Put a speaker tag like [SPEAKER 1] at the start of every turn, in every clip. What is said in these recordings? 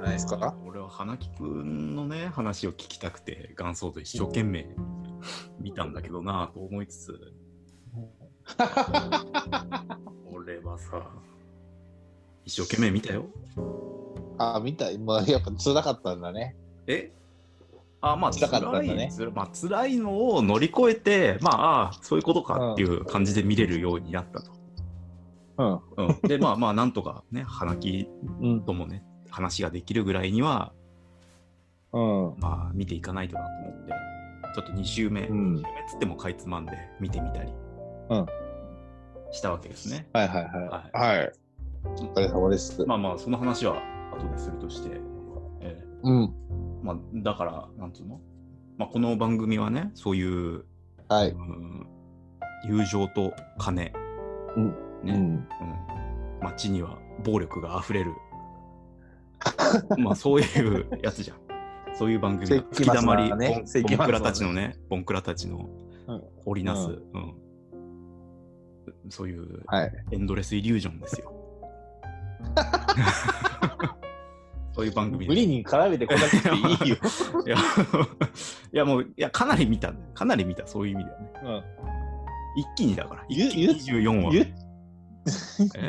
[SPEAKER 1] ないですか
[SPEAKER 2] 俺は花木くんのね話を聞きたくて元祖と一生懸命見たんだけどなぁと思いつつ俺はさ一生懸命見たよ
[SPEAKER 1] あ、見た。まあ、やっぱ辛かったんだね。
[SPEAKER 2] えあまあ
[SPEAKER 1] 辛かったんだね
[SPEAKER 2] 辛い辛いまあ辛いのを乗り越えてまあああそういうことかっていう感じで見れるようになったと、
[SPEAKER 1] うん。
[SPEAKER 2] うん、でまあまあなんとかね花木
[SPEAKER 1] うん。
[SPEAKER 2] ともね話ができるぐらいには
[SPEAKER 1] うん。
[SPEAKER 2] まあ見ていかないとなと思ってちょっと2週目、
[SPEAKER 1] うん
[SPEAKER 2] 2週目つってもかいつまんで見てみたり
[SPEAKER 1] うん
[SPEAKER 2] したわけですね、
[SPEAKER 1] はいはいはい。はい。お疲れ様です。
[SPEAKER 2] まあまあその話は後でするとして、え
[SPEAKER 1] うん。
[SPEAKER 2] ーまあだからなんつうの、まあ、この番組はねそういう
[SPEAKER 1] はい。
[SPEAKER 2] うん友情と金、
[SPEAKER 1] うんう
[SPEAKER 2] ねうん
[SPEAKER 1] ん。
[SPEAKER 2] 街には暴力があふ れるまあそういうやつじゃんそういう番組が
[SPEAKER 1] 世
[SPEAKER 2] 吹
[SPEAKER 1] 紀末
[SPEAKER 2] きだまり、
[SPEAKER 1] だね
[SPEAKER 2] ボン
[SPEAKER 1] 世紀末だね
[SPEAKER 2] ボンクラたちのねボンクラたちの
[SPEAKER 1] うん
[SPEAKER 2] 織りなす、
[SPEAKER 1] う
[SPEAKER 2] うんそういう
[SPEAKER 1] はい。
[SPEAKER 2] エンドレスイリュージョンです よそういう番組
[SPEAKER 1] 無
[SPEAKER 2] で
[SPEAKER 1] 理
[SPEAKER 2] す
[SPEAKER 1] に絡めてこなくていい よ。
[SPEAKER 2] いやいやもういやかなり見たんだよかなり見たそういう意味ではね
[SPEAKER 1] うん
[SPEAKER 2] 一気にだから
[SPEAKER 1] ゆ
[SPEAKER 2] 一気に24話
[SPEAKER 1] 言っ
[SPEAKER 2] え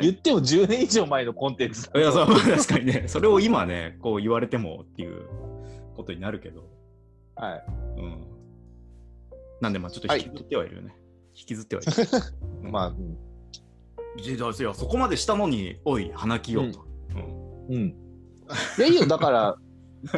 [SPEAKER 1] 言っても10年以上前のコンテンツ
[SPEAKER 2] いや、そう、確かにね、 それを今ね、こう言われてもっていうことになるけど、
[SPEAKER 1] はい。
[SPEAKER 2] うん。なんで、まあちょっと引きずってはいるよね。引きずってはい る。
[SPEAKER 1] まあ、うん
[SPEAKER 2] いやいやいやそこまでしたのに、おい、花木よと。うん
[SPEAKER 1] うん。いや、いいよ、だから、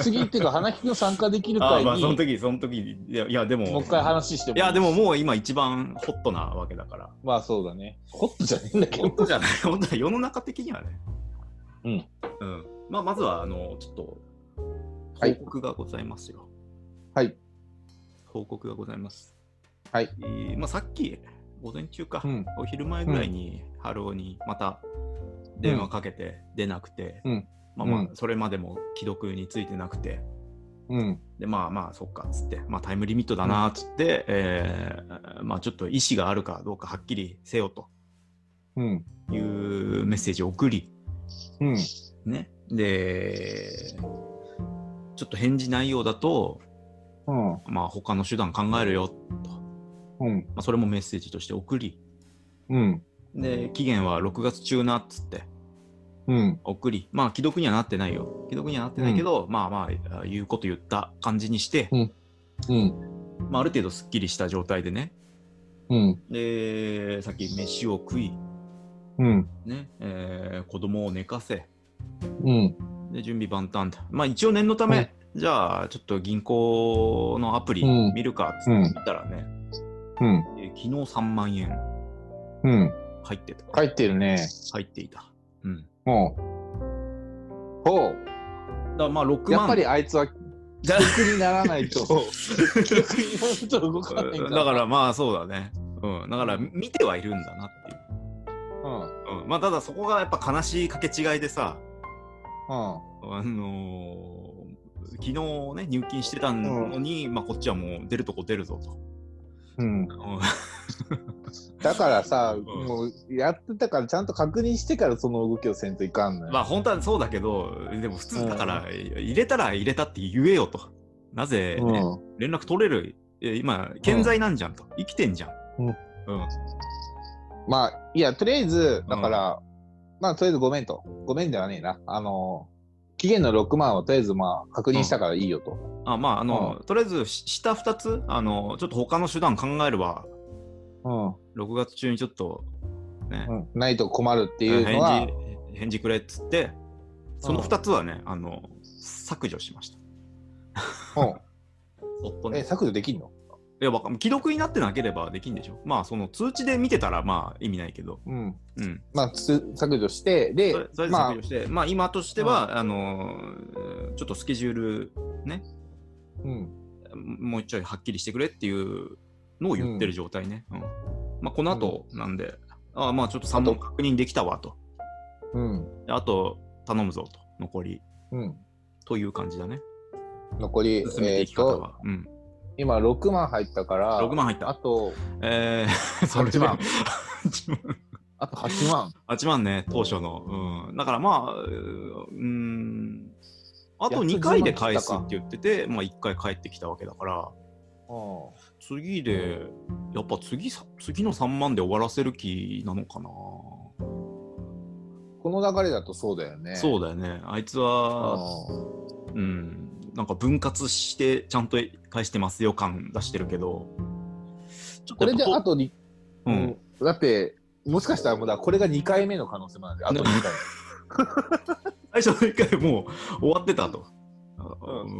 [SPEAKER 1] 次っていうか、花木君参加できる
[SPEAKER 2] あ
[SPEAKER 1] 会
[SPEAKER 2] あ、
[SPEAKER 1] に、
[SPEAKER 2] まあ、その
[SPEAKER 1] も
[SPEAKER 2] 時、その時に、いや、いやでも、
[SPEAKER 1] う一回話しても
[SPEAKER 2] いや、でももう今一番ホットなわけだから。
[SPEAKER 1] まあそうだね。ホットじゃねえんだけ
[SPEAKER 2] ホッ
[SPEAKER 1] ど。
[SPEAKER 2] トじゃない、 本当は世の中的にはね。
[SPEAKER 1] うん。
[SPEAKER 2] うん。まあ、まずは、あの、ちょっと、
[SPEAKER 1] はい
[SPEAKER 2] 報告がございますよ。
[SPEAKER 1] はい。
[SPEAKER 2] 報告がございます。
[SPEAKER 1] はい。
[SPEAKER 2] えーまあ、さっき、午前中か、
[SPEAKER 1] うん。
[SPEAKER 2] お昼前ぐらいに、春尾にまた電話かけて、出なくて、
[SPEAKER 1] うん
[SPEAKER 2] まあまあ
[SPEAKER 1] う、
[SPEAKER 2] それまでも既読についてなくて、
[SPEAKER 1] うん。
[SPEAKER 2] でまあまあそっかっつって、まあ、タイムリミットだなっつって、えーまあ、ちょっと意思があるかどうかはっきりせよと
[SPEAKER 1] うん。
[SPEAKER 2] いうメッセージを送り、
[SPEAKER 1] うん。
[SPEAKER 2] ね、でちょっと返事ないようだと、
[SPEAKER 1] うん。
[SPEAKER 2] まあ、他の手段考えるよと、ま
[SPEAKER 1] うん。
[SPEAKER 2] あ、それもメッセージとして送り
[SPEAKER 1] うん。
[SPEAKER 2] で期限は6月中なっつって
[SPEAKER 1] うん。
[SPEAKER 2] 送りまあ既読にはなってないよ既読にはなってないけど、まあまあ言うこと言った感じにして、
[SPEAKER 1] うん。
[SPEAKER 2] まあ、ある程度すっきりした状態でね
[SPEAKER 1] うん。
[SPEAKER 2] でさっき飯を食い
[SPEAKER 1] うん。
[SPEAKER 2] ねえー子供を寝かせ
[SPEAKER 1] うん。
[SPEAKER 2] で準備万端だまあ一応念のため、
[SPEAKER 1] はい
[SPEAKER 2] じゃあちょっと銀行のアプリ
[SPEAKER 1] うん
[SPEAKER 2] 見るかっつって
[SPEAKER 1] うん
[SPEAKER 2] 見たらね、
[SPEAKER 1] うん。
[SPEAKER 2] えー昨日3万円
[SPEAKER 1] うん。
[SPEAKER 2] 入ってた
[SPEAKER 1] 入ってるね。
[SPEAKER 2] 入っていたうん
[SPEAKER 1] もう。ほ
[SPEAKER 2] だからまあ6
[SPEAKER 1] う。やっぱ
[SPEAKER 2] 万
[SPEAKER 1] りあいつは記
[SPEAKER 2] じゃ
[SPEAKER 1] 憶にならないと。記憶にならないと動かないから。
[SPEAKER 2] だからまあそうだねうんだから見てはいるんだなっていう
[SPEAKER 1] うん。
[SPEAKER 2] うん、まあただそこがやっぱ悲しいかけ違いでさ
[SPEAKER 1] うん。
[SPEAKER 2] あのー昨日ね入金してたのに、まあこっちはもう出るとこ出るぞと、
[SPEAKER 1] うん、
[SPEAKER 2] うん
[SPEAKER 1] だからさ、
[SPEAKER 2] ん
[SPEAKER 1] もうやってたからちゃんと確認してからその動きをせんといかんのよ。
[SPEAKER 2] まあ本当はそうだけど、でも普通だから、入れたら入れたって言えよと。なぜ、
[SPEAKER 1] う
[SPEAKER 2] ね
[SPEAKER 1] ん、
[SPEAKER 2] 連絡取れる、え今、健在なんじゃんと。生きてんじゃん。
[SPEAKER 1] うん
[SPEAKER 2] うん
[SPEAKER 1] まあ、いや、とりあえず、
[SPEAKER 2] ん
[SPEAKER 1] だから、まあ、とりあえずごめんと。ごめんではねえな。あの、期限の6万はとりあえず、まあ、確認したからいいよと。
[SPEAKER 2] あまあ、あの、とりあえずし、下2つ、あの、ちょっと他の手段考えれば、
[SPEAKER 1] うん。
[SPEAKER 2] 6月中にちょっと、ね、
[SPEAKER 1] うんないと困るっていう
[SPEAKER 2] 返
[SPEAKER 1] のは、
[SPEAKER 2] 事、返事くれっつって、その2つはね、あの、削除しました。
[SPEAKER 1] う
[SPEAKER 2] そっと
[SPEAKER 1] ん。え、
[SPEAKER 2] ね。
[SPEAKER 1] 削除できんの
[SPEAKER 2] いや、わかん既読になってなければできんでしょ。まあ、その通知で見てたら、まあ、意味ないけど。
[SPEAKER 1] うん。
[SPEAKER 2] うん。
[SPEAKER 1] まあ、つ削除して、で
[SPEAKER 2] それ、それで
[SPEAKER 1] まあ
[SPEAKER 2] 削除、して、まあ、今としては、あのーちょっとスケジュールね、
[SPEAKER 1] うん。
[SPEAKER 2] もうちょいはっきりしてくれっていうのを言ってる状態ね。うんまあ、この後なんで、ああまあちょっと3問確認できたわと。
[SPEAKER 1] うん。
[SPEAKER 2] であと、頼むぞと、残り。
[SPEAKER 1] うん。
[SPEAKER 2] という感じだね。
[SPEAKER 1] 残り、えっ、
[SPEAKER 2] 進めていき方
[SPEAKER 1] と、
[SPEAKER 2] は。うん。
[SPEAKER 1] 今6万入ったから、
[SPEAKER 2] 6万入っ
[SPEAKER 1] あ
[SPEAKER 2] た。
[SPEAKER 1] と、
[SPEAKER 2] えー、それで
[SPEAKER 1] 8万
[SPEAKER 2] 8万。
[SPEAKER 1] あと8万。
[SPEAKER 2] 8万ね、当初の。うん。だからまあ、うーん、あと2回で返すって言ってて、まあ、1回返ってきたわけだから、
[SPEAKER 1] うん
[SPEAKER 2] 次で、やっぱ次さ次の3万で終わらせる気なのかな。
[SPEAKER 1] この流れだとそうだよね。
[SPEAKER 2] そううだよね。あいつは、
[SPEAKER 1] ん
[SPEAKER 2] うん、なんか分割して、ちゃんと返してますよ感出してるけど、ちょっ
[SPEAKER 1] これで
[SPEAKER 2] やっ
[SPEAKER 1] あ
[SPEAKER 2] ぱ
[SPEAKER 1] とに、
[SPEAKER 2] う
[SPEAKER 1] うん
[SPEAKER 2] ん、
[SPEAKER 1] だって、もしかしたらもうだ、これが2回目の可能性もあるんで、あと2回
[SPEAKER 2] 最初の1回もう終わってたと。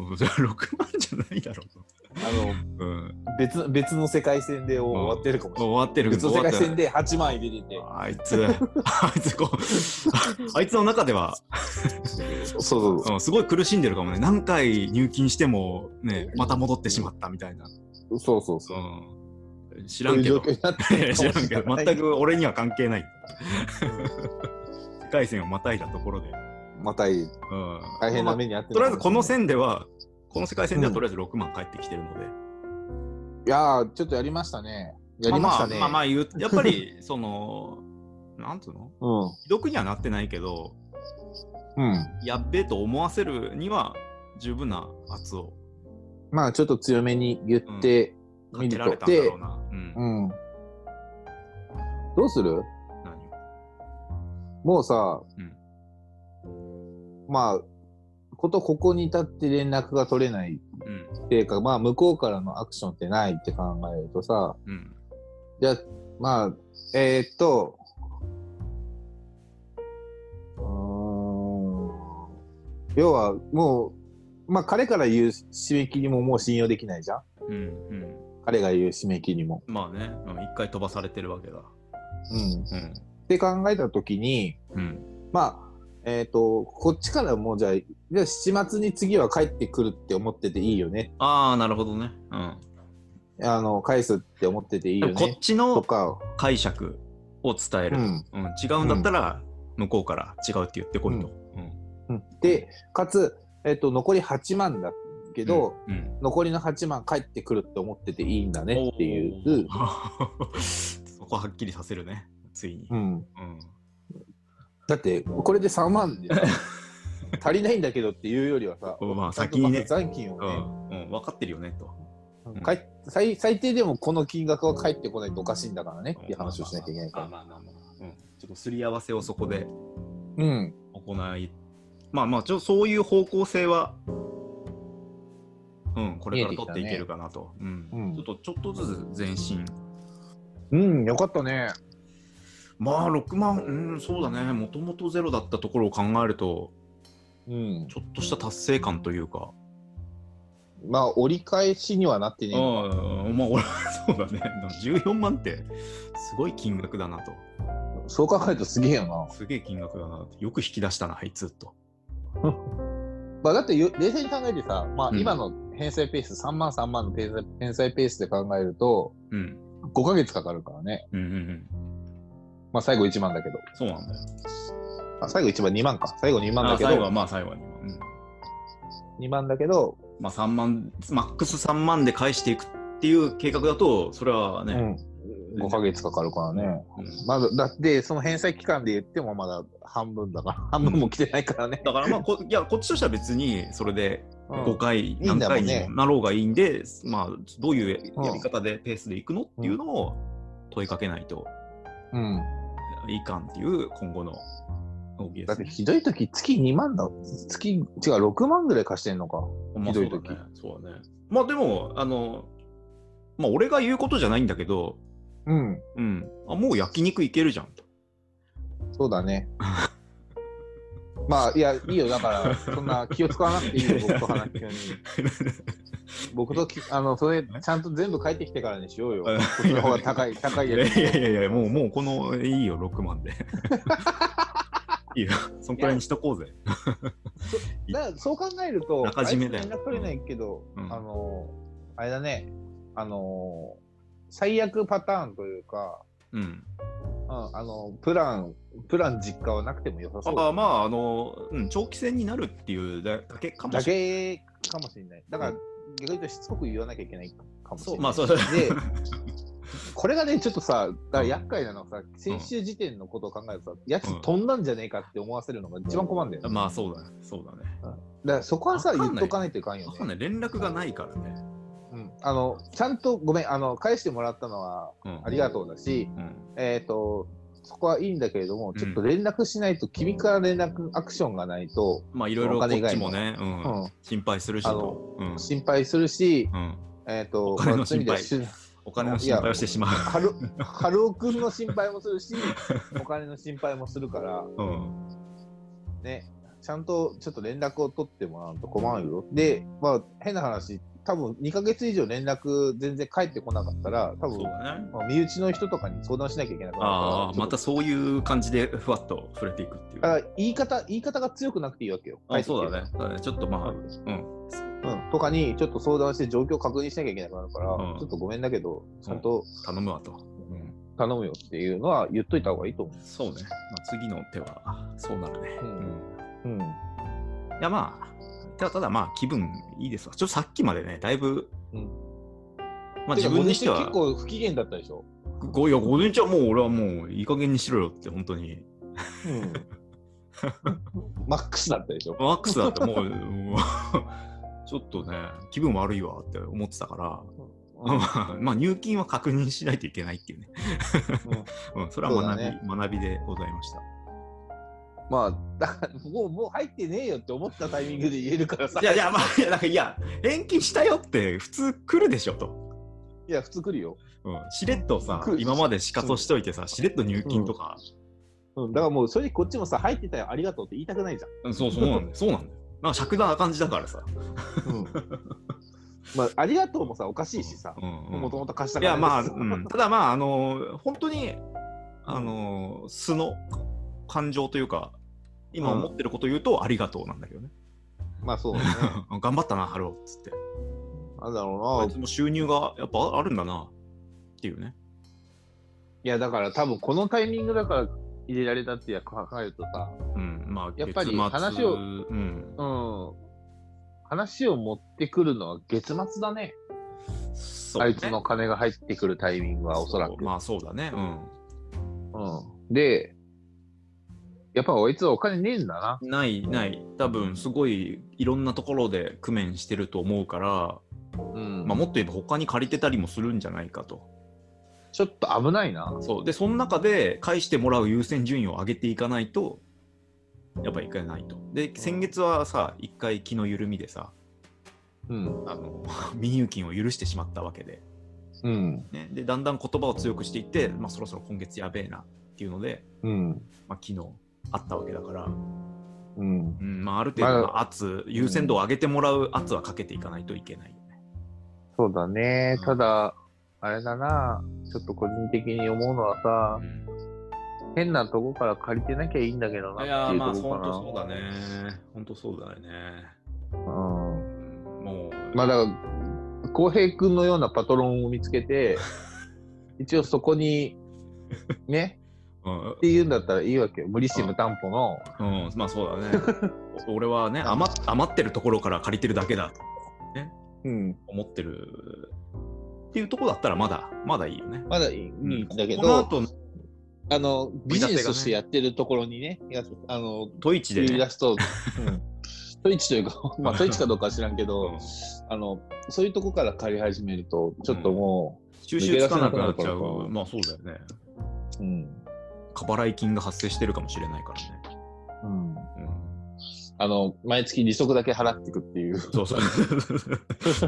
[SPEAKER 2] うん、じゃあ6万じゃないだろ
[SPEAKER 1] 目。あ
[SPEAKER 2] う。うん、
[SPEAKER 1] の、別、別の世界線で終わってるかもしれない。
[SPEAKER 2] 終わってる
[SPEAKER 1] 別の
[SPEAKER 2] 終
[SPEAKER 1] 世
[SPEAKER 2] わっ
[SPEAKER 1] 界
[SPEAKER 2] てる
[SPEAKER 1] 線で8万入れてて。
[SPEAKER 2] あいつ、あいつこう、あいつの中では、
[SPEAKER 1] そうそう
[SPEAKER 2] うんすごい苦しんでるかもね。何回入金しても、ね、また戻ってしまったみたいな。
[SPEAKER 1] そう。そうそうそう。
[SPEAKER 2] うん、知
[SPEAKER 1] 知
[SPEAKER 2] らんけど
[SPEAKER 1] 状。況になってるか
[SPEAKER 2] 知
[SPEAKER 1] も
[SPEAKER 2] らん
[SPEAKER 1] し
[SPEAKER 2] け
[SPEAKER 1] れ
[SPEAKER 2] ど、
[SPEAKER 1] ない。
[SPEAKER 2] 全く俺には関係ない。世界線をまたいだところで。う
[SPEAKER 1] またいい
[SPEAKER 2] ん、
[SPEAKER 1] 大変な目にあって
[SPEAKER 2] とりあえずこの
[SPEAKER 1] 線
[SPEAKER 2] 線では、この世界線ではとりあえず6万返ってきてるので。
[SPEAKER 1] いやー、ちょっとやりましたね。やりましたね。
[SPEAKER 2] あまあまあ言う、やっぱり、 その、なんつうの既読にはなってないけど、
[SPEAKER 1] うん。うん。
[SPEAKER 2] やっべえと思わせるには十分な圧を
[SPEAKER 1] まあ、ちょっと強めに言って
[SPEAKER 2] か
[SPEAKER 1] み
[SPEAKER 2] け
[SPEAKER 1] る
[SPEAKER 2] ら
[SPEAKER 1] と。
[SPEAKER 2] れたんだ
[SPEAKER 1] で
[SPEAKER 2] ろう、な。うん
[SPEAKER 1] うん。どうする
[SPEAKER 2] 何を
[SPEAKER 1] もうさ、
[SPEAKER 2] うん
[SPEAKER 1] まあ、ことここに至って連絡が取れない
[SPEAKER 2] うん
[SPEAKER 1] っていうか、まあ、向こうからのアクションってないって考えるとさ、
[SPEAKER 2] うん
[SPEAKER 1] じゃあ、まあ、えー、っと、うーん要は、もう、まあ、彼から言う締め切りももう信用できないじゃん
[SPEAKER 2] うんうん
[SPEAKER 1] 彼が言う締め切りも。
[SPEAKER 2] まあね、うん一回飛ばされてるわけだ。
[SPEAKER 1] うん。っ
[SPEAKER 2] うん
[SPEAKER 1] て考えたときに、
[SPEAKER 2] うん
[SPEAKER 1] まあ、えっ、と、こっちからもうじゃあ、じゃあ7月に次は帰ってくるって思ってていいよね。
[SPEAKER 2] ああ、なるほどね。うん
[SPEAKER 1] あの、返すって思ってていいよ
[SPEAKER 2] でもこ
[SPEAKER 1] ね
[SPEAKER 2] っ。ち
[SPEAKER 1] と
[SPEAKER 2] の
[SPEAKER 1] か、
[SPEAKER 2] 解釈を伝え
[SPEAKER 1] う
[SPEAKER 2] る。
[SPEAKER 1] ん。
[SPEAKER 2] うん違うんだったら、向こうから違うって言ってこいと。うん
[SPEAKER 1] うんで、かつ、えっ、と、残り8万だけど、、
[SPEAKER 2] うん
[SPEAKER 1] 残りの8万帰ってくるって思ってていいんだねっていう。
[SPEAKER 2] おー そこはっきりさせるね、ついに
[SPEAKER 1] う。ん。
[SPEAKER 2] うん
[SPEAKER 1] だって、これで3万 でさ足りないんだけどっていうよりはさ、
[SPEAKER 2] まあ先にね
[SPEAKER 1] ちゃんとまず残金を
[SPEAKER 2] う
[SPEAKER 1] ね、
[SPEAKER 2] んうん分かってるよねと。うん
[SPEAKER 1] かい最最低でもこの金額は返ってこないとおかしいんだからねっていう話をしなきゃいけないから。
[SPEAKER 2] まあまあまあまあうんちょっとすり合わせをそこで
[SPEAKER 1] うん。
[SPEAKER 2] 行い、まあまあ、ちょそういう方向性は、うん、これから取っていけるかなと。う
[SPEAKER 1] うん
[SPEAKER 2] ん、ちょっとちょっとずつ前進。
[SPEAKER 1] うん、よかったね。
[SPEAKER 2] まあ、6万、うん、そうだね、もともとゼロだったところを考えると、
[SPEAKER 1] うん。
[SPEAKER 2] ちょっとした達成感というか、
[SPEAKER 1] まあ、折り返しにはなって
[SPEAKER 2] う
[SPEAKER 1] ね
[SPEAKER 2] ん、まあ、俺 はそうだね、14万って、すごい金額だなと。
[SPEAKER 1] そう考えるとすげえよな。
[SPEAKER 2] すげえ金額だなと。よく引き出したな、あいつと。
[SPEAKER 1] まあ、だってよ冷静に考えてさ、まあ、
[SPEAKER 2] うん
[SPEAKER 1] 今の返済ペース、3万3万の返済返済ペースで考えると、
[SPEAKER 2] うん、
[SPEAKER 1] 5ヶ月かかるからね。
[SPEAKER 2] うん、うん、うん。
[SPEAKER 1] まあ、最後1万だけど。
[SPEAKER 2] そうなんだよ。
[SPEAKER 1] あ最後1万2万か。最後2万
[SPEAKER 2] あ
[SPEAKER 1] だけ
[SPEAKER 2] 最後は、
[SPEAKER 1] ど、
[SPEAKER 2] まあ、最後は2万。うん
[SPEAKER 1] 2万だけど、
[SPEAKER 2] まあ、3万、マックス3万で返していくっていう計画だと、それは
[SPEAKER 1] う
[SPEAKER 2] ね、
[SPEAKER 1] ん、5ヶ月かかるからね。
[SPEAKER 2] うん
[SPEAKER 1] まだ、だって、その返済期間で言ってもまだ半分 だから、半分も来てないからね。
[SPEAKER 2] だからまあこ、いや、こっちとしては別に、それで
[SPEAKER 1] うん
[SPEAKER 2] 5
[SPEAKER 1] い
[SPEAKER 2] 回、
[SPEAKER 1] いん
[SPEAKER 2] 何
[SPEAKER 1] だもん
[SPEAKER 2] 回
[SPEAKER 1] ね
[SPEAKER 2] にもなろうがいいんで、まあ、どういう
[SPEAKER 1] うん
[SPEAKER 2] やり方でペースでいくのっていうのを問いかけないと
[SPEAKER 1] うん。
[SPEAKER 2] いいかんっていう、今後の大きい
[SPEAKER 1] だって、
[SPEAKER 2] ですね。
[SPEAKER 1] ひどい時、月2万だ。月、違う、6万ぐらい貸してんのか。
[SPEAKER 2] ま
[SPEAKER 1] ひ
[SPEAKER 2] あ
[SPEAKER 1] どい時
[SPEAKER 2] そうだね。そうだね。まあでも、あの、まあ俺が言うことじゃないんだけど、
[SPEAKER 1] うん。
[SPEAKER 2] うん、あもう焼肉いけるじゃんと。
[SPEAKER 1] そうだ ね。まあ、いや、いいよ。だから、そんな気を使わなくていい よ、僕と話すように。僕とき、あの、それ、ちゃんと全部帰ってきてからにしようよ。こっちの方が高い、高い
[SPEAKER 2] い
[SPEAKER 1] や
[SPEAKER 2] や
[SPEAKER 1] つ。
[SPEAKER 2] いやいやいや、もう、もうこの、いいよ、6 万で。いいよ、そんくらいにしとこうぜ。
[SPEAKER 1] だからそう考えると、
[SPEAKER 2] 中締めだよ
[SPEAKER 1] あいつ連絡取れないけど、
[SPEAKER 2] うん
[SPEAKER 1] あの、あれだね、あの、最悪パターンというか、
[SPEAKER 2] うん。
[SPEAKER 1] うん、あの、プラン、プラン実家はなくても良さそう
[SPEAKER 2] ああまあ、あの、うん、長期戦になるっていうだけかも
[SPEAKER 1] だ
[SPEAKER 2] しれない。
[SPEAKER 1] けかもしれない。だから、逆に言うとしつこく言わなきゃいけないかもしれ
[SPEAKER 2] そ
[SPEAKER 1] な
[SPEAKER 2] う、
[SPEAKER 1] い。
[SPEAKER 2] まあ、そうそう。
[SPEAKER 1] で、これがね、ちょっとさ、だから厄介なのはさ、先週時点のことを考えるとさ、やつ飛んだんじゃねえかって思わせるのが一番困るんだよね。
[SPEAKER 2] まあそうだね。そうだね。
[SPEAKER 1] だからそこはさ、
[SPEAKER 2] わか
[SPEAKER 1] 言
[SPEAKER 2] んない
[SPEAKER 1] っとかないといかんよ
[SPEAKER 2] わかん
[SPEAKER 1] ね。
[SPEAKER 2] ない。連絡がないからね。
[SPEAKER 1] うん、あのちゃんとごめんあの、返してもらったのは
[SPEAKER 2] うん。
[SPEAKER 1] ありがとうだし、
[SPEAKER 2] うん。
[SPEAKER 1] えっ、と、そこはいいんだけれども、ちょっと連絡しないと、君から連絡アクションがないと、
[SPEAKER 2] まあいろいろこっちもね、うん。
[SPEAKER 1] うん
[SPEAKER 2] 心配するし
[SPEAKER 1] あ
[SPEAKER 2] と
[SPEAKER 1] の。
[SPEAKER 2] うん。
[SPEAKER 1] 心配するし、
[SPEAKER 2] うん。
[SPEAKER 1] えっ、と、
[SPEAKER 2] お金の
[SPEAKER 1] まあそういう意味ではし
[SPEAKER 2] お金の心配をしてしまう。
[SPEAKER 1] はる、はるおくんの心配もするし、お金の心配もするから、
[SPEAKER 2] うん。
[SPEAKER 1] ね、ちゃんとちょっと連絡を取ってもらうと困るよ。で、まあ、変な話、多分2ヶ月以上連絡全然返ってこなかったら、多
[SPEAKER 2] そう
[SPEAKER 1] 分、
[SPEAKER 2] だね。
[SPEAKER 1] まあ、身内の人とかに相談しなきゃいけなくなるから
[SPEAKER 2] ああ、
[SPEAKER 1] ちょ
[SPEAKER 2] ま
[SPEAKER 1] っと
[SPEAKER 2] たそういう感じでふわっと触れていくっていう。
[SPEAKER 1] だから言い方、言い方が強くなくていいわけよ。
[SPEAKER 2] あそうだね。そうだねちょっとまあ、
[SPEAKER 1] ね。
[SPEAKER 2] うん。
[SPEAKER 1] うん、とかにちょっと相談して状況確認しなきゃいけなくなるから、
[SPEAKER 2] うん
[SPEAKER 1] ちょっとごめんだけど、ちゃんと
[SPEAKER 2] 頼むわと。うん。
[SPEAKER 1] 頼むよっていうのは言っといた方がいいと思
[SPEAKER 2] そうね。まあ次の手は、そうなるね。
[SPEAKER 1] うん
[SPEAKER 2] うん
[SPEAKER 1] う。うん。
[SPEAKER 2] いやまあ、ただただまあ気分いいですわ。ちょっとさっきまでね、だいぶ、
[SPEAKER 1] うん
[SPEAKER 2] まあ自分にして
[SPEAKER 1] て
[SPEAKER 2] は
[SPEAKER 1] か、午前中結構不機嫌だったでしょ。
[SPEAKER 2] ごいや、午前中はもう俺はもういい加減にしろよって、本当に。
[SPEAKER 1] うん。マックスだったでしょ。
[SPEAKER 2] マックス だってもう、もうちょっとね、気分悪いわって思ってたから、
[SPEAKER 1] うん
[SPEAKER 2] まあ まあ入金は確認しないといけないっていうね。 うん、それは学び、
[SPEAKER 1] そうだね
[SPEAKER 2] 学びでございました。
[SPEAKER 1] まあ、だからもう、もう入ってねえよって思ったタイミングで言えるから さ。
[SPEAKER 2] いやいや、まあ、いや、なんかいや、返金したよって普通来るでしょと。
[SPEAKER 1] いや、普通来るよ。
[SPEAKER 2] うん、しれっとさ
[SPEAKER 1] 来、る
[SPEAKER 2] 今まで仕方しといてさ、しれっと入金とか、
[SPEAKER 1] うん、だからもう、それこっちもさ、入ってたよ、ありがとうって言いたくないじゃん。
[SPEAKER 2] うんそうそうなんだよ。そうなんだよ。なんか尺な感じだからさ。
[SPEAKER 1] うん。まあ、ありがとうもさ、おかしいしさ。
[SPEAKER 2] うんうん
[SPEAKER 1] もともと貸した
[SPEAKER 2] い
[SPEAKER 1] から
[SPEAKER 2] や、
[SPEAKER 1] ね
[SPEAKER 2] まあ、うんただまあ、あのー本当に、あのー素の感情というか、今思ってることを言うと、ありがとうなんだけどね。
[SPEAKER 1] まあそうだね。
[SPEAKER 2] 頑張ったな、ハローっつって。
[SPEAKER 1] なんだろう
[SPEAKER 2] あ
[SPEAKER 1] な。
[SPEAKER 2] いつも収入がやっぱあるんだな、っていうね。
[SPEAKER 1] いや、だから多分このタイミングだから入れられたってや考えるとさ、
[SPEAKER 2] うん、まあ、
[SPEAKER 1] やっぱり
[SPEAKER 2] 月末
[SPEAKER 1] 話を
[SPEAKER 2] うん、
[SPEAKER 1] うん。話を持ってくるのは月末だね。
[SPEAKER 2] そう
[SPEAKER 1] あ
[SPEAKER 2] ね
[SPEAKER 1] いつの金が入ってくるタイミングはおそら
[SPEAKER 2] そう
[SPEAKER 1] く。
[SPEAKER 2] まあ、そうだね。
[SPEAKER 1] うん。で、やっぱあいつはお金ねえんだな。
[SPEAKER 2] うん。ない、ない。多分、すごい、いろんなところで工面してると思うから、
[SPEAKER 1] うん。
[SPEAKER 2] まあ、もっと言えば他に借りてたりもするんじゃないかと。
[SPEAKER 1] ちょっと危ないな。
[SPEAKER 2] そうでその中で返してもらう優先順位を上げていかないとやっぱいけないと。で先月はさ一回気の緩みでさ
[SPEAKER 1] うん。
[SPEAKER 2] あの 未入金を許してしまったわけで,、
[SPEAKER 1] うん。
[SPEAKER 2] ね、でだんだん言葉を強くしていって、まあ、そろそろ今月やべえなっていうので、
[SPEAKER 1] うん。
[SPEAKER 2] まあ、昨日あったわけだから、
[SPEAKER 1] うん。
[SPEAKER 2] うんまあ、ある程
[SPEAKER 1] まあ
[SPEAKER 2] 度の圧優先度を上げてもらう圧はかけていかないといけないよね。
[SPEAKER 1] そうだね
[SPEAKER 2] う。ん
[SPEAKER 1] ただ、あれだな。ちょっと個人的に思うのはさ、変なとこから借りてなきゃいいんだけどなっていうとこかな。
[SPEAKER 2] うだね。本当そうだよね。
[SPEAKER 1] うん。
[SPEAKER 2] もう
[SPEAKER 1] まあだから、浩平君のようなパトロンを見つけ て、一応そこに、ね、
[SPEAKER 2] うん
[SPEAKER 1] って言うんだったらいいわけよ。無利子無担保の。
[SPEAKER 2] うん、まあそうだね。 お俺はね余っ、余ってるところから借りてるだけだと
[SPEAKER 1] うん。
[SPEAKER 2] 思ってるっていうところだったらまだ、まだいいよね。
[SPEAKER 1] まだいい
[SPEAKER 2] うん
[SPEAKER 1] んだけ
[SPEAKER 2] この
[SPEAKER 1] ど、
[SPEAKER 2] 後、
[SPEAKER 1] あの、ビジネスとしてやってるところにね、やつあの、
[SPEAKER 2] トイチで
[SPEAKER 1] 言い
[SPEAKER 2] ね
[SPEAKER 1] 出、す と、うんトイチというか、まあトイチかどうかは知らんけ
[SPEAKER 2] う
[SPEAKER 1] ど
[SPEAKER 2] ん、
[SPEAKER 1] あの、そういうとこから借り始めると、ちょっとも
[SPEAKER 2] 収集つかなくなっ
[SPEAKER 1] 抜け
[SPEAKER 2] ちゃ
[SPEAKER 1] 出せなくなるから
[SPEAKER 2] う。
[SPEAKER 1] か
[SPEAKER 2] まあそうだよね。
[SPEAKER 1] う、うん。
[SPEAKER 2] 過払い金が発生してるかもしれないからね。
[SPEAKER 1] うん
[SPEAKER 2] うん、
[SPEAKER 1] あの、毎月利息だけ払っていくっていう、
[SPEAKER 2] そうそう。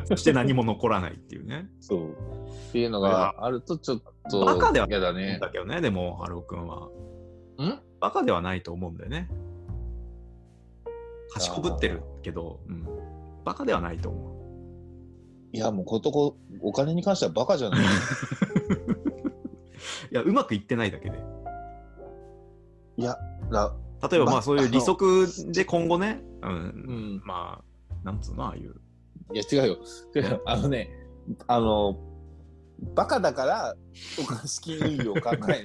[SPEAKER 2] そして何も残らないっていうね。
[SPEAKER 1] そう。っていうのがあると、ちょっと、
[SPEAKER 2] バカでは
[SPEAKER 1] 嫌だね。
[SPEAKER 2] だけどね、でも、ハロー君は。
[SPEAKER 1] ん
[SPEAKER 2] バカではないと思うんだよね。賢ぶってるけど、うん、バカではないと思う。
[SPEAKER 1] いや、もうことこ、お金に関してはバカじゃない。
[SPEAKER 2] いや、うまくいってないだけで。
[SPEAKER 1] いや、だ、
[SPEAKER 2] 例えば、
[SPEAKER 1] ま
[SPEAKER 2] まあ、そうい
[SPEAKER 1] あ
[SPEAKER 2] う
[SPEAKER 1] の
[SPEAKER 2] 利息で今後ね、う、
[SPEAKER 1] うんん。
[SPEAKER 2] まあ、なんつうの、ああいう。
[SPEAKER 1] いや、違うよ。 違うよあのね、あの、バカだから、お金資金運用を考えんだ よ。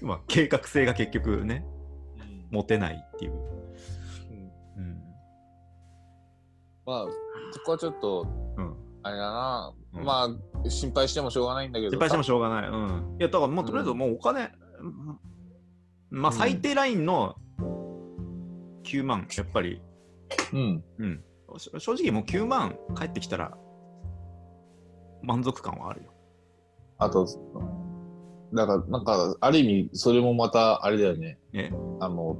[SPEAKER 2] まあ、計画性が結局ね、持てないっていう。
[SPEAKER 1] うん
[SPEAKER 2] うん。
[SPEAKER 1] まあ、そこはちょっと、
[SPEAKER 2] うん。
[SPEAKER 1] あれだな、
[SPEAKER 2] うん
[SPEAKER 1] まあ、心配してもしょうがないんだけど。
[SPEAKER 2] 失敗してもしょうがない。うん。いや、だから、まあ、とりあえずもうお金、うんまあ、最低ラインの9万、やっぱり、
[SPEAKER 1] うん。
[SPEAKER 2] うん。し正直もう9万返ってきたら、満足感はあるよ。
[SPEAKER 1] あと、だから、なんか、ある意味、それもまた、あれだよね。
[SPEAKER 2] え
[SPEAKER 1] あの、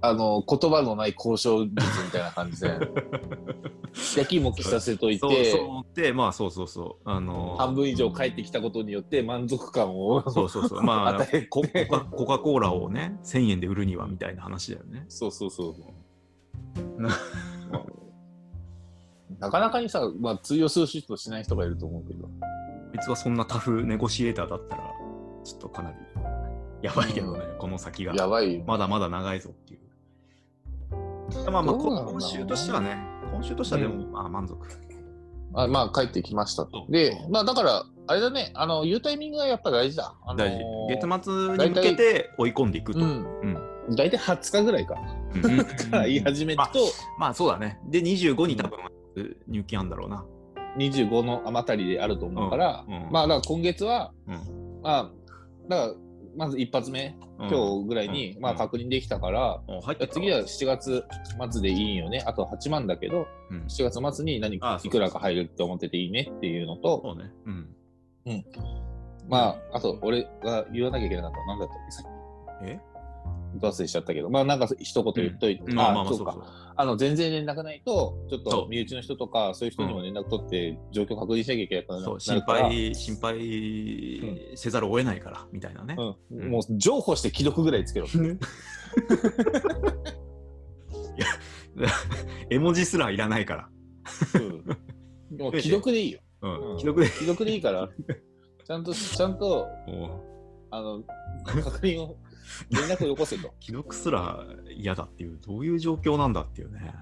[SPEAKER 1] あの、言葉のない交渉術みたいな感じで、 やきもきさせとい
[SPEAKER 2] そう
[SPEAKER 1] て、
[SPEAKER 2] そうで、まあ、そうそうそう。あの
[SPEAKER 1] 半分以上帰ってきたことによって満足感を
[SPEAKER 2] そうそうそう。まあ
[SPEAKER 1] 与、え
[SPEAKER 2] ココカコカ・コーラをね、1000円で売るにはみたいな話だよね。
[SPEAKER 1] そうそうそう。
[SPEAKER 2] な
[SPEAKER 1] なかなかにさ、まあ、通用する人としない人がいると思うけど。
[SPEAKER 2] こいつはそんなタフネゴシエーターだったら、ちょっとかなりやばいけどね、この先が。
[SPEAKER 1] やばいよ。
[SPEAKER 2] まだまだ長いぞっていう。まあま
[SPEAKER 1] どう
[SPEAKER 2] あ、
[SPEAKER 1] なんだろうな
[SPEAKER 2] こ今週としてはね、今週としてはでも、
[SPEAKER 1] う
[SPEAKER 2] まあ満足。
[SPEAKER 1] あまあ、帰ってきましたと
[SPEAKER 2] そう
[SPEAKER 1] で
[SPEAKER 2] そ、
[SPEAKER 1] まあ、だから、あれだね、あの、言うタイミングがやっぱ大事だ。あの
[SPEAKER 2] 大
[SPEAKER 1] ー
[SPEAKER 2] 事。月末に向けて追い込んでいくと。
[SPEAKER 1] う
[SPEAKER 2] うん
[SPEAKER 1] ん。
[SPEAKER 2] うん
[SPEAKER 1] 大体20日ぐらいか。
[SPEAKER 2] うんうん
[SPEAKER 1] から 言い始めると、
[SPEAKER 2] まあそうだね。で、25に多分入金あんだろうな。
[SPEAKER 1] 25のあまたりであると思うから、
[SPEAKER 2] うんうん
[SPEAKER 1] まあ、だから今月は、
[SPEAKER 2] うん
[SPEAKER 1] まあ、だから、まず一発目、
[SPEAKER 2] 日。
[SPEAKER 1] 今日ぐらいに、
[SPEAKER 2] うん
[SPEAKER 1] まあ、
[SPEAKER 2] うん
[SPEAKER 1] 確認できたから、
[SPEAKER 2] お入っ
[SPEAKER 1] いや
[SPEAKER 2] てた
[SPEAKER 1] 次は、7月末でいいんよね。あと8万だけど、
[SPEAKER 2] うん
[SPEAKER 1] 7月末に何
[SPEAKER 2] あ
[SPEAKER 1] か
[SPEAKER 2] そうそう
[SPEAKER 1] いくらか入るって思ってていいねっていうのと、
[SPEAKER 2] そうね。うん。
[SPEAKER 1] まあ、あと、俺が言わなきゃいけなかったのなんだったっけさっ
[SPEAKER 2] え
[SPEAKER 1] き、ド忘れしちゃったけど、まあ、なんか一言言っといて、
[SPEAKER 2] まあまあまあ、
[SPEAKER 1] そ
[SPEAKER 2] そうう
[SPEAKER 1] か。
[SPEAKER 2] そう。
[SPEAKER 1] あの、全然連絡ないと、ちょっ
[SPEAKER 2] そ
[SPEAKER 1] と
[SPEAKER 2] う
[SPEAKER 1] 身内の人とか、そういう人にも連絡取って、状況確認しなきゃいけないからな
[SPEAKER 2] そう
[SPEAKER 1] な
[SPEAKER 2] 心
[SPEAKER 1] るから
[SPEAKER 2] 配心配せざるを得ないから、みたいなね。
[SPEAKER 1] うん
[SPEAKER 2] うん
[SPEAKER 1] もう、譲歩して既読ぐらいつけろ。
[SPEAKER 2] ねいや絵文字すらいらないから。
[SPEAKER 1] うんもう既読でいいよ。
[SPEAKER 2] う。
[SPEAKER 1] うんん
[SPEAKER 2] 既読で。
[SPEAKER 1] 既読でいいから、ちゃんと、ちゃんと、あの、確認 を、連絡をよこせと。
[SPEAKER 2] 既読すら嫌だっていう、どういう状況なんだっていうね。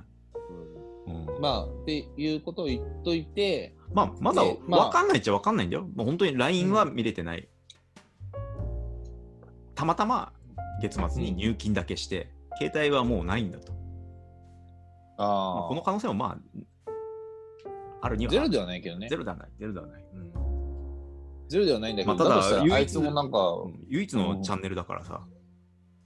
[SPEAKER 2] うんま
[SPEAKER 1] まあ、っていうことを言っといて、
[SPEAKER 2] あ、まだ
[SPEAKER 1] ねまあ
[SPEAKER 2] 分かんないっちゃ分かんないんだよ。もう本当に LINE は見れてない。たまたま月末に入金だけして、携帯はもうないんだと。まあ
[SPEAKER 1] あ
[SPEAKER 2] この可能性もまあ、あるに
[SPEAKER 1] あ、
[SPEAKER 2] は
[SPEAKER 1] ゼロではないけどね
[SPEAKER 2] ゼ。ロではない。ゼロではない。うん
[SPEAKER 1] ゼロではないんだけど、
[SPEAKER 2] まあただ
[SPEAKER 1] としたら、あ
[SPEAKER 2] 唯
[SPEAKER 1] い
[SPEAKER 2] 一
[SPEAKER 1] つもなんか、
[SPEAKER 2] うん唯一のチャンネルだからさ。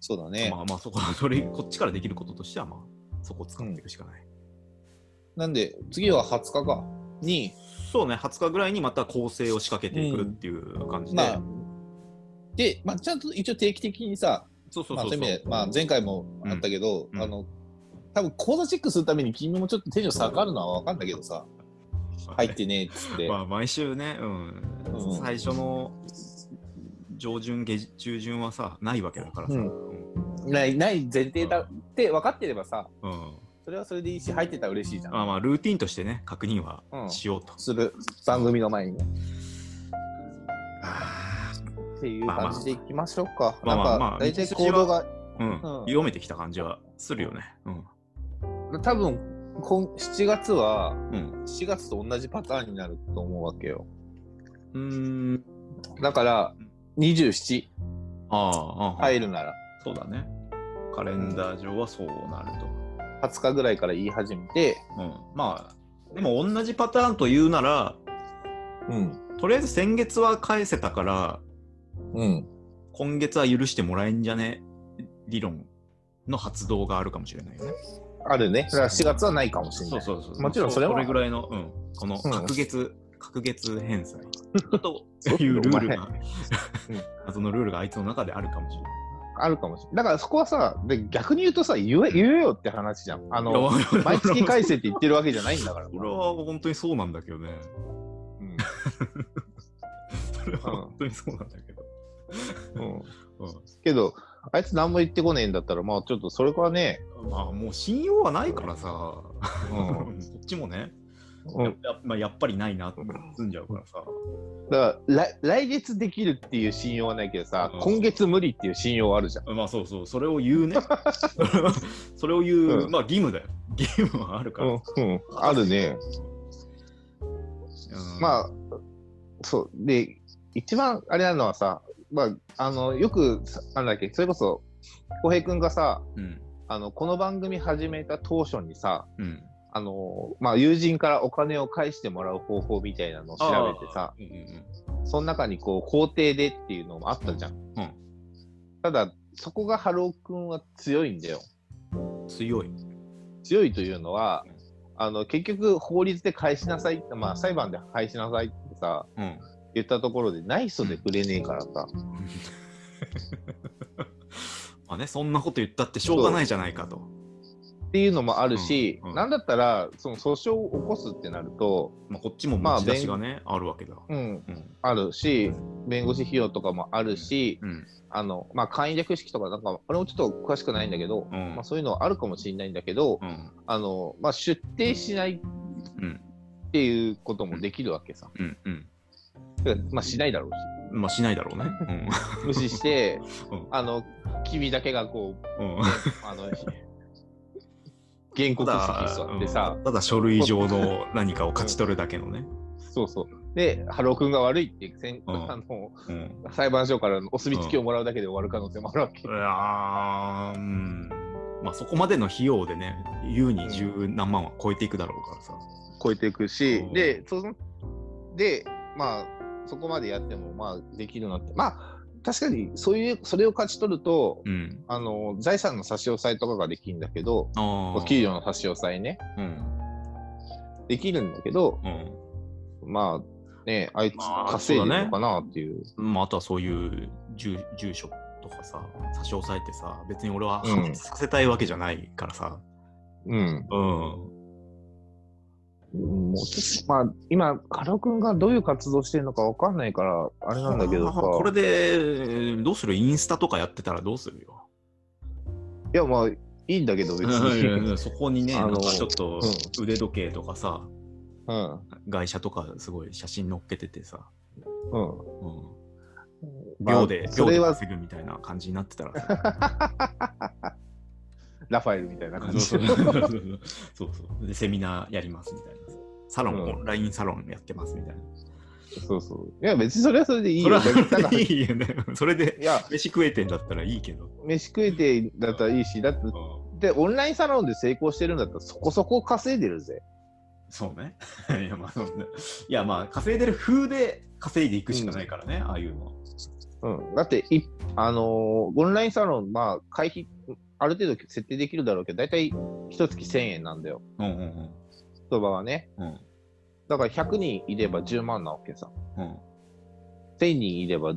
[SPEAKER 1] そうだね。
[SPEAKER 2] まあまあそこ はそれこっちからできることとしてはまあそこを使っていくしかない、
[SPEAKER 1] なんで、次は20日か。に、
[SPEAKER 2] そうね20日ぐらいにまた構成を仕掛けていくっていう感じで、
[SPEAKER 1] まあ、で、まあ、ちゃんと一応定期的にさ、
[SPEAKER 2] そうそう
[SPEAKER 1] まあ、
[SPEAKER 2] そう
[SPEAKER 1] そう
[SPEAKER 2] そ
[SPEAKER 1] いう
[SPEAKER 2] う、
[SPEAKER 1] 意味で、まあ、前回もあったけど、
[SPEAKER 2] うんうん
[SPEAKER 1] あの、多分口座チェックするために君もちょっとテンション下がるのは分かんだけどさ、入ってねえっつって。
[SPEAKER 2] まあ毎週ね、うん
[SPEAKER 1] うん
[SPEAKER 2] 最初の上旬下旬中旬はさないわけだからさ、
[SPEAKER 1] う
[SPEAKER 2] うんん
[SPEAKER 1] ない、ない前提だって分かってればさ、
[SPEAKER 2] うん
[SPEAKER 1] それはそれでいいし、入ってたら嬉しいじゃん。
[SPEAKER 2] まあまあルーティンとしてね確認は
[SPEAKER 1] うん
[SPEAKER 2] しようと、
[SPEAKER 1] する、番組の前にね。
[SPEAKER 2] あ
[SPEAKER 1] っていう感じでいきましょうか。
[SPEAKER 2] まあまあま
[SPEAKER 1] な
[SPEAKER 2] あ
[SPEAKER 1] んか、大体行動が、
[SPEAKER 2] ーうん
[SPEAKER 1] うん
[SPEAKER 2] 読めてきた感じはするよねうん、
[SPEAKER 1] 多分、今7月は、
[SPEAKER 2] うん
[SPEAKER 1] 4月と同じパターンになると思うわけよ。
[SPEAKER 2] うーん
[SPEAKER 1] だから、27
[SPEAKER 2] ああああ
[SPEAKER 1] 入るなら、
[SPEAKER 2] そうだねカレンダー上はそうなると、
[SPEAKER 1] 20日ぐらいから言い始めて、
[SPEAKER 2] うん、まあでも同じパターンと言うなら
[SPEAKER 1] うん、
[SPEAKER 2] とりあえず先月は返せたから
[SPEAKER 1] うん、
[SPEAKER 2] 今月は許してもらえんじゃね理論の発動があるかもしれないよね。
[SPEAKER 1] あるね。だから4月はないかもしれな
[SPEAKER 2] そ。
[SPEAKER 1] いう
[SPEAKER 2] そうそう。
[SPEAKER 1] もちろんそれは
[SPEAKER 2] それぐらいの、うん、この
[SPEAKER 1] うん
[SPEAKER 2] 隔月、隔月 返済と
[SPEAKER 1] そう
[SPEAKER 2] いうルール
[SPEAKER 1] お
[SPEAKER 2] が
[SPEAKER 1] うん、
[SPEAKER 2] 謎のルールが あいつの中であるかもしれない。
[SPEAKER 1] あるかもしれない。だからそこはさ、で逆に言うとさ、言え言えよって話じゃん。あの、
[SPEAKER 2] いや
[SPEAKER 1] 毎月返せって言ってるわけじゃないんだから。
[SPEAKER 2] 俺は本当にそうなんだけどね。
[SPEAKER 1] うん
[SPEAKER 2] それは 本当にそうなんだけど。
[SPEAKER 1] うん
[SPEAKER 2] う
[SPEAKER 1] けど、あいつ何も言ってこねえんだったら、まあちょっとそれからね、
[SPEAKER 2] ん、まあもう信用はないからさ、
[SPEAKER 1] う
[SPEAKER 2] こ
[SPEAKER 1] ん
[SPEAKER 2] っちもね、
[SPEAKER 1] う
[SPEAKER 2] や
[SPEAKER 1] ん、
[SPEAKER 2] やまあ、やっぱりないなって済んじゃうからさ。
[SPEAKER 1] だから来来月できるっていう信用はないけどさ、
[SPEAKER 2] うん
[SPEAKER 1] 今月無理っていう信用はあるじゃん。
[SPEAKER 2] まあそうそう、それを言 うね。 それはそれを言う、
[SPEAKER 1] うん
[SPEAKER 2] まあ義務だよ。 義務はあるから。
[SPEAKER 1] うん、うん、あるね。
[SPEAKER 2] あ、
[SPEAKER 1] まあ、そう。で、一番あれなのはさ、まあ、あの、よく、さなんだっけ、それこそ、浩平君がさ、
[SPEAKER 2] うん。
[SPEAKER 1] あの、この番組始めた当初にさ、
[SPEAKER 2] うん。
[SPEAKER 1] あの、まあ、友人からお金を返してもらう方法みたいなのを調べてさ、
[SPEAKER 2] うんうん
[SPEAKER 1] その中にこう、肯定でっていうのもあったじゃん。
[SPEAKER 2] うん
[SPEAKER 1] ただ、そこがハロー君は強いんだよ。
[SPEAKER 2] うん、強い。
[SPEAKER 1] 強いというのは
[SPEAKER 2] うん、
[SPEAKER 1] あの、結局法律で返しなさいって、まあ、裁判で返しなさいってさ、
[SPEAKER 2] うん、
[SPEAKER 1] 言ったところで、ない人でくれねえからさ。
[SPEAKER 2] まあね、そんなこと言ったってしょうがないじゃないかと。
[SPEAKER 1] っていうのもあるし、
[SPEAKER 2] うんうん
[SPEAKER 1] なんだったら、その訴訟を起こすってなると、
[SPEAKER 2] まあ、こっちも持ち出しがね、あ、るわけだ。
[SPEAKER 1] うん、
[SPEAKER 2] うん。
[SPEAKER 1] あるし、弁護士費用とかもあるし、
[SPEAKER 2] うん。
[SPEAKER 1] あの、まあ、簡易略式とか、なんか、俺もちょっと詳しくないんだけど、
[SPEAKER 2] うん
[SPEAKER 1] まあ、そういうのはあるかもしれないんだけど、
[SPEAKER 2] うん。
[SPEAKER 1] あの、まあ、出廷しない
[SPEAKER 2] うん
[SPEAKER 1] っていうこともできるわけさ。
[SPEAKER 2] うん。うん。
[SPEAKER 1] てかまあ、しないだろうし。
[SPEAKER 2] まあ、しないだろうね。
[SPEAKER 1] 無視して、
[SPEAKER 2] うん
[SPEAKER 1] あの、君だけがこう、
[SPEAKER 2] うん。 うん。
[SPEAKER 1] あの、原告席に座ってさ、
[SPEAKER 2] ただ書類上の何かを勝ち取るだけのね。
[SPEAKER 1] そうそう。で、ハロー君が悪いって、せん
[SPEAKER 2] うん
[SPEAKER 1] あの、
[SPEAKER 2] うん。
[SPEAKER 1] 裁判所からのお墨付きをもらうだけで終わる可能性もあるわけ。
[SPEAKER 2] いやーうん。まあ、そこまでの費用でね、優に十何万は超えていくだろうからさ。
[SPEAKER 1] 超えていくし
[SPEAKER 2] うん、
[SPEAKER 1] で、その、で、まあ、そこまでやっても、まあ、できるなって。まあ、確かに、そういう、それを勝ち取ると、
[SPEAKER 2] うん。
[SPEAKER 1] あの、財産の差し押さえとかができるんだけど、
[SPEAKER 2] ああ。
[SPEAKER 1] お給料の差し押さえね、
[SPEAKER 2] うん。
[SPEAKER 1] できるんだけど、
[SPEAKER 2] うん。
[SPEAKER 1] まあ、ね、あいつ
[SPEAKER 2] まあ
[SPEAKER 1] 稼いでるのかなっていう。
[SPEAKER 2] まあ、あとはそういう住住所とかさ差し押さえてさ別に俺は
[SPEAKER 1] うん
[SPEAKER 2] 破滅させたいわけじゃないからさ
[SPEAKER 1] うん。
[SPEAKER 2] うん、
[SPEAKER 1] もうちょっと、まあ、今、カロ君がどういう活動してるのかわかんないから、あれなんだけどさ。
[SPEAKER 2] これでえーどうするインスタとかやってたらどうするよ
[SPEAKER 1] いや、まあ、いいんだけど、別
[SPEAKER 2] いやいやい
[SPEAKER 1] に。
[SPEAKER 2] やそこにね
[SPEAKER 1] あ
[SPEAKER 2] な
[SPEAKER 1] の
[SPEAKER 2] んかちょっと腕時計とかさ
[SPEAKER 1] うん。
[SPEAKER 2] 外車とかすごい写真載っけててさ、
[SPEAKER 1] うん。
[SPEAKER 2] うん、
[SPEAKER 1] まあ
[SPEAKER 2] 秒で
[SPEAKER 1] そ
[SPEAKER 2] 秒
[SPEAKER 1] れ
[SPEAKER 2] で
[SPEAKER 1] は
[SPEAKER 2] 稼ぐみたいな感じになってたらさ
[SPEAKER 1] ラファエルみたいな感
[SPEAKER 2] そう
[SPEAKER 1] じ
[SPEAKER 2] そうそうそうでセミナーやりますみたいなさサロン、
[SPEAKER 1] うん
[SPEAKER 2] オンラインサロンやってますみたいな
[SPEAKER 1] そうそういや別にそれはそれでいい
[SPEAKER 2] それ
[SPEAKER 1] よだ
[SPEAKER 2] は
[SPEAKER 1] からい
[SPEAKER 2] いいよねそれで
[SPEAKER 1] や
[SPEAKER 2] 飯食えてんだったらいいけど。
[SPEAKER 1] 飯食えてだったらいいしだってでオンラインサロンで成功してるんだったらそこそこ稼いでるぜ
[SPEAKER 2] そうね。 いや、まあ、そんな。いや、まあ、稼いでる風で稼いでいくしかないからね、ああいうのは。
[SPEAKER 1] うんだっていあのーオンラインサロンまあ会費ある程度設定できるだろうけど大体一月1000円なんだよ
[SPEAKER 2] うんうん
[SPEAKER 1] 言葉はね
[SPEAKER 2] うん。
[SPEAKER 1] だから100人いれば10万なわけさ
[SPEAKER 2] うん。
[SPEAKER 1] 1000人いれば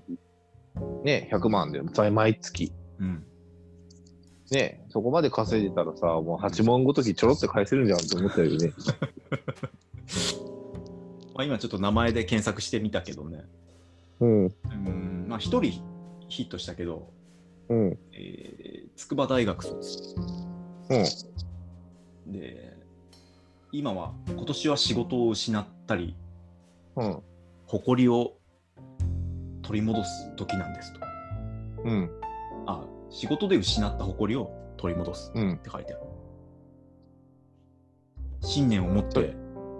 [SPEAKER 1] ね100万だよ毎毎月
[SPEAKER 2] うん。
[SPEAKER 1] ねそこまで稼いでたらさ、もう8問ごときちょろっと返せるんじゃんって思ったよね。
[SPEAKER 2] まあ、今ちょっと名前で検索してみたけどね。
[SPEAKER 1] うん、
[SPEAKER 2] うん。まあ、一人ヒットしたけど、
[SPEAKER 1] うん、
[SPEAKER 2] えー、筑波大学卒。
[SPEAKER 1] うん。
[SPEAKER 2] で、今は、今年は仕事を失ったり、
[SPEAKER 1] うん。
[SPEAKER 2] 誇りを取り戻す時なんですと。
[SPEAKER 1] うん。
[SPEAKER 2] あ、仕事で失った誇りを取り戻す。
[SPEAKER 1] うん
[SPEAKER 2] っ。て書いてある。信念を持って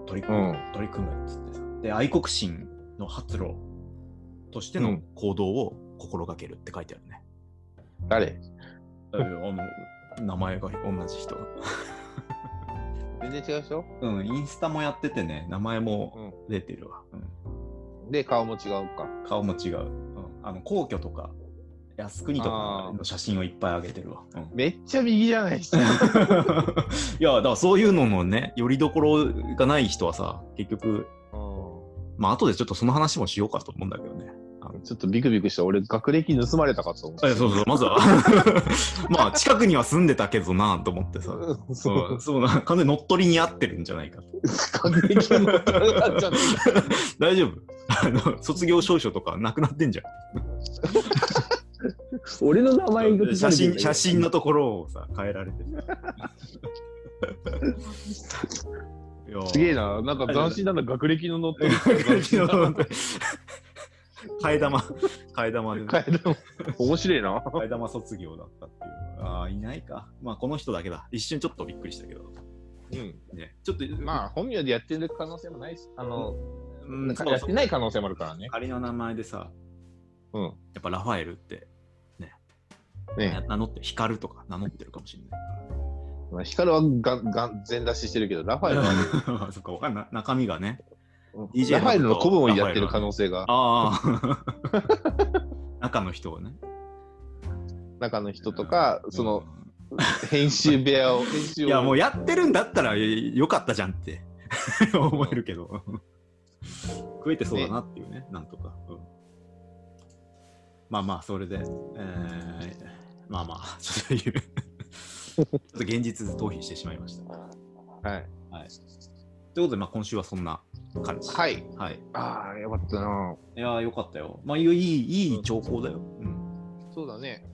[SPEAKER 2] 取り組む、
[SPEAKER 1] うん
[SPEAKER 2] 取り組むっつってさ。で、愛国心の発露として
[SPEAKER 1] う
[SPEAKER 2] の
[SPEAKER 1] ん
[SPEAKER 2] 行動を心がけるって書いてあるね。
[SPEAKER 1] 誰
[SPEAKER 2] えーあの名前が同じ人。
[SPEAKER 1] 全然違う人
[SPEAKER 2] うん、インスタもやっててね、名前
[SPEAKER 1] う
[SPEAKER 2] も
[SPEAKER 1] ん。
[SPEAKER 2] 出てるわ。うん、
[SPEAKER 1] で、顔も違うか。
[SPEAKER 2] 顔も違う、うんあの、皇居とか、靖国とかの写真をいっぱい上げてるわ。うん
[SPEAKER 1] めっちゃ右じゃない 人。
[SPEAKER 2] いや、だからそういうののね、よりどころがない人はさ、結局、
[SPEAKER 1] う
[SPEAKER 2] まあ、後でちょっとその話もしようかと思うんだけどね。
[SPEAKER 1] ん。ちょっとビクビクした。俺、学歴盗まれたかと思った。
[SPEAKER 2] えそうそう、 まずは。まあ、近くには住んでたけどなと思ってさ。
[SPEAKER 1] うんそ。
[SPEAKER 2] そう う、そうな、完全に乗っ取りに合ってるんじゃないかと。
[SPEAKER 1] 学歴も取られちゃった。
[SPEAKER 2] 大丈夫 あの、卒業証書とかなくなってんじゃん。
[SPEAKER 1] 俺の名前が
[SPEAKER 2] 写真、写真のところをさ、変えられてさ。いや
[SPEAKER 1] すげえな。なんか斬新だな。学歴の乗ってる。
[SPEAKER 2] 替え玉、替え玉でね、
[SPEAKER 1] 変えても面白いな。
[SPEAKER 2] 替え玉卒業だったっていう。ああ、いないか。まあ、この人だけだ。一瞬ちょっとびっくりしたけど。
[SPEAKER 1] うん。
[SPEAKER 2] ね、ちょっと、
[SPEAKER 1] まあ、本名でやってる可能性もないし、あの、
[SPEAKER 2] うん、そう
[SPEAKER 1] やっ
[SPEAKER 2] そ
[SPEAKER 1] て
[SPEAKER 2] う
[SPEAKER 1] ない可能性もあるからね。
[SPEAKER 2] 仮の名前でさ、
[SPEAKER 1] うん。
[SPEAKER 2] やっぱラファエルって
[SPEAKER 1] ね
[SPEAKER 2] 名乗って、光るとか名乗ってるかもしれないから。
[SPEAKER 1] まあ光はガンガン全出ししてるけど、ラファエルは、
[SPEAKER 2] そっか、わかんない。中身がね。DJ
[SPEAKER 1] ラファエルの顧問やってる可能性が、
[SPEAKER 2] ああ。 中の人をね。
[SPEAKER 1] 中の人とか、
[SPEAKER 2] うん
[SPEAKER 1] その、編集部屋を、編集を。
[SPEAKER 2] いや、もうやってるんだったらえよかったじゃんって 思えるけど。食えてそうだなっていうね、なんとか。うんまあまあ、それで、えーまあまあ、 ちょっと言うちょっと現実逃避してしまいました。
[SPEAKER 1] はい。
[SPEAKER 2] ということで、まあ、今週はそんな感じ。
[SPEAKER 1] はい。
[SPEAKER 2] はい。
[SPEAKER 1] ああ、よかったな。
[SPEAKER 2] いやー、よかったよ。まあ、いい、いい兆候だよ。うん
[SPEAKER 1] そうだね。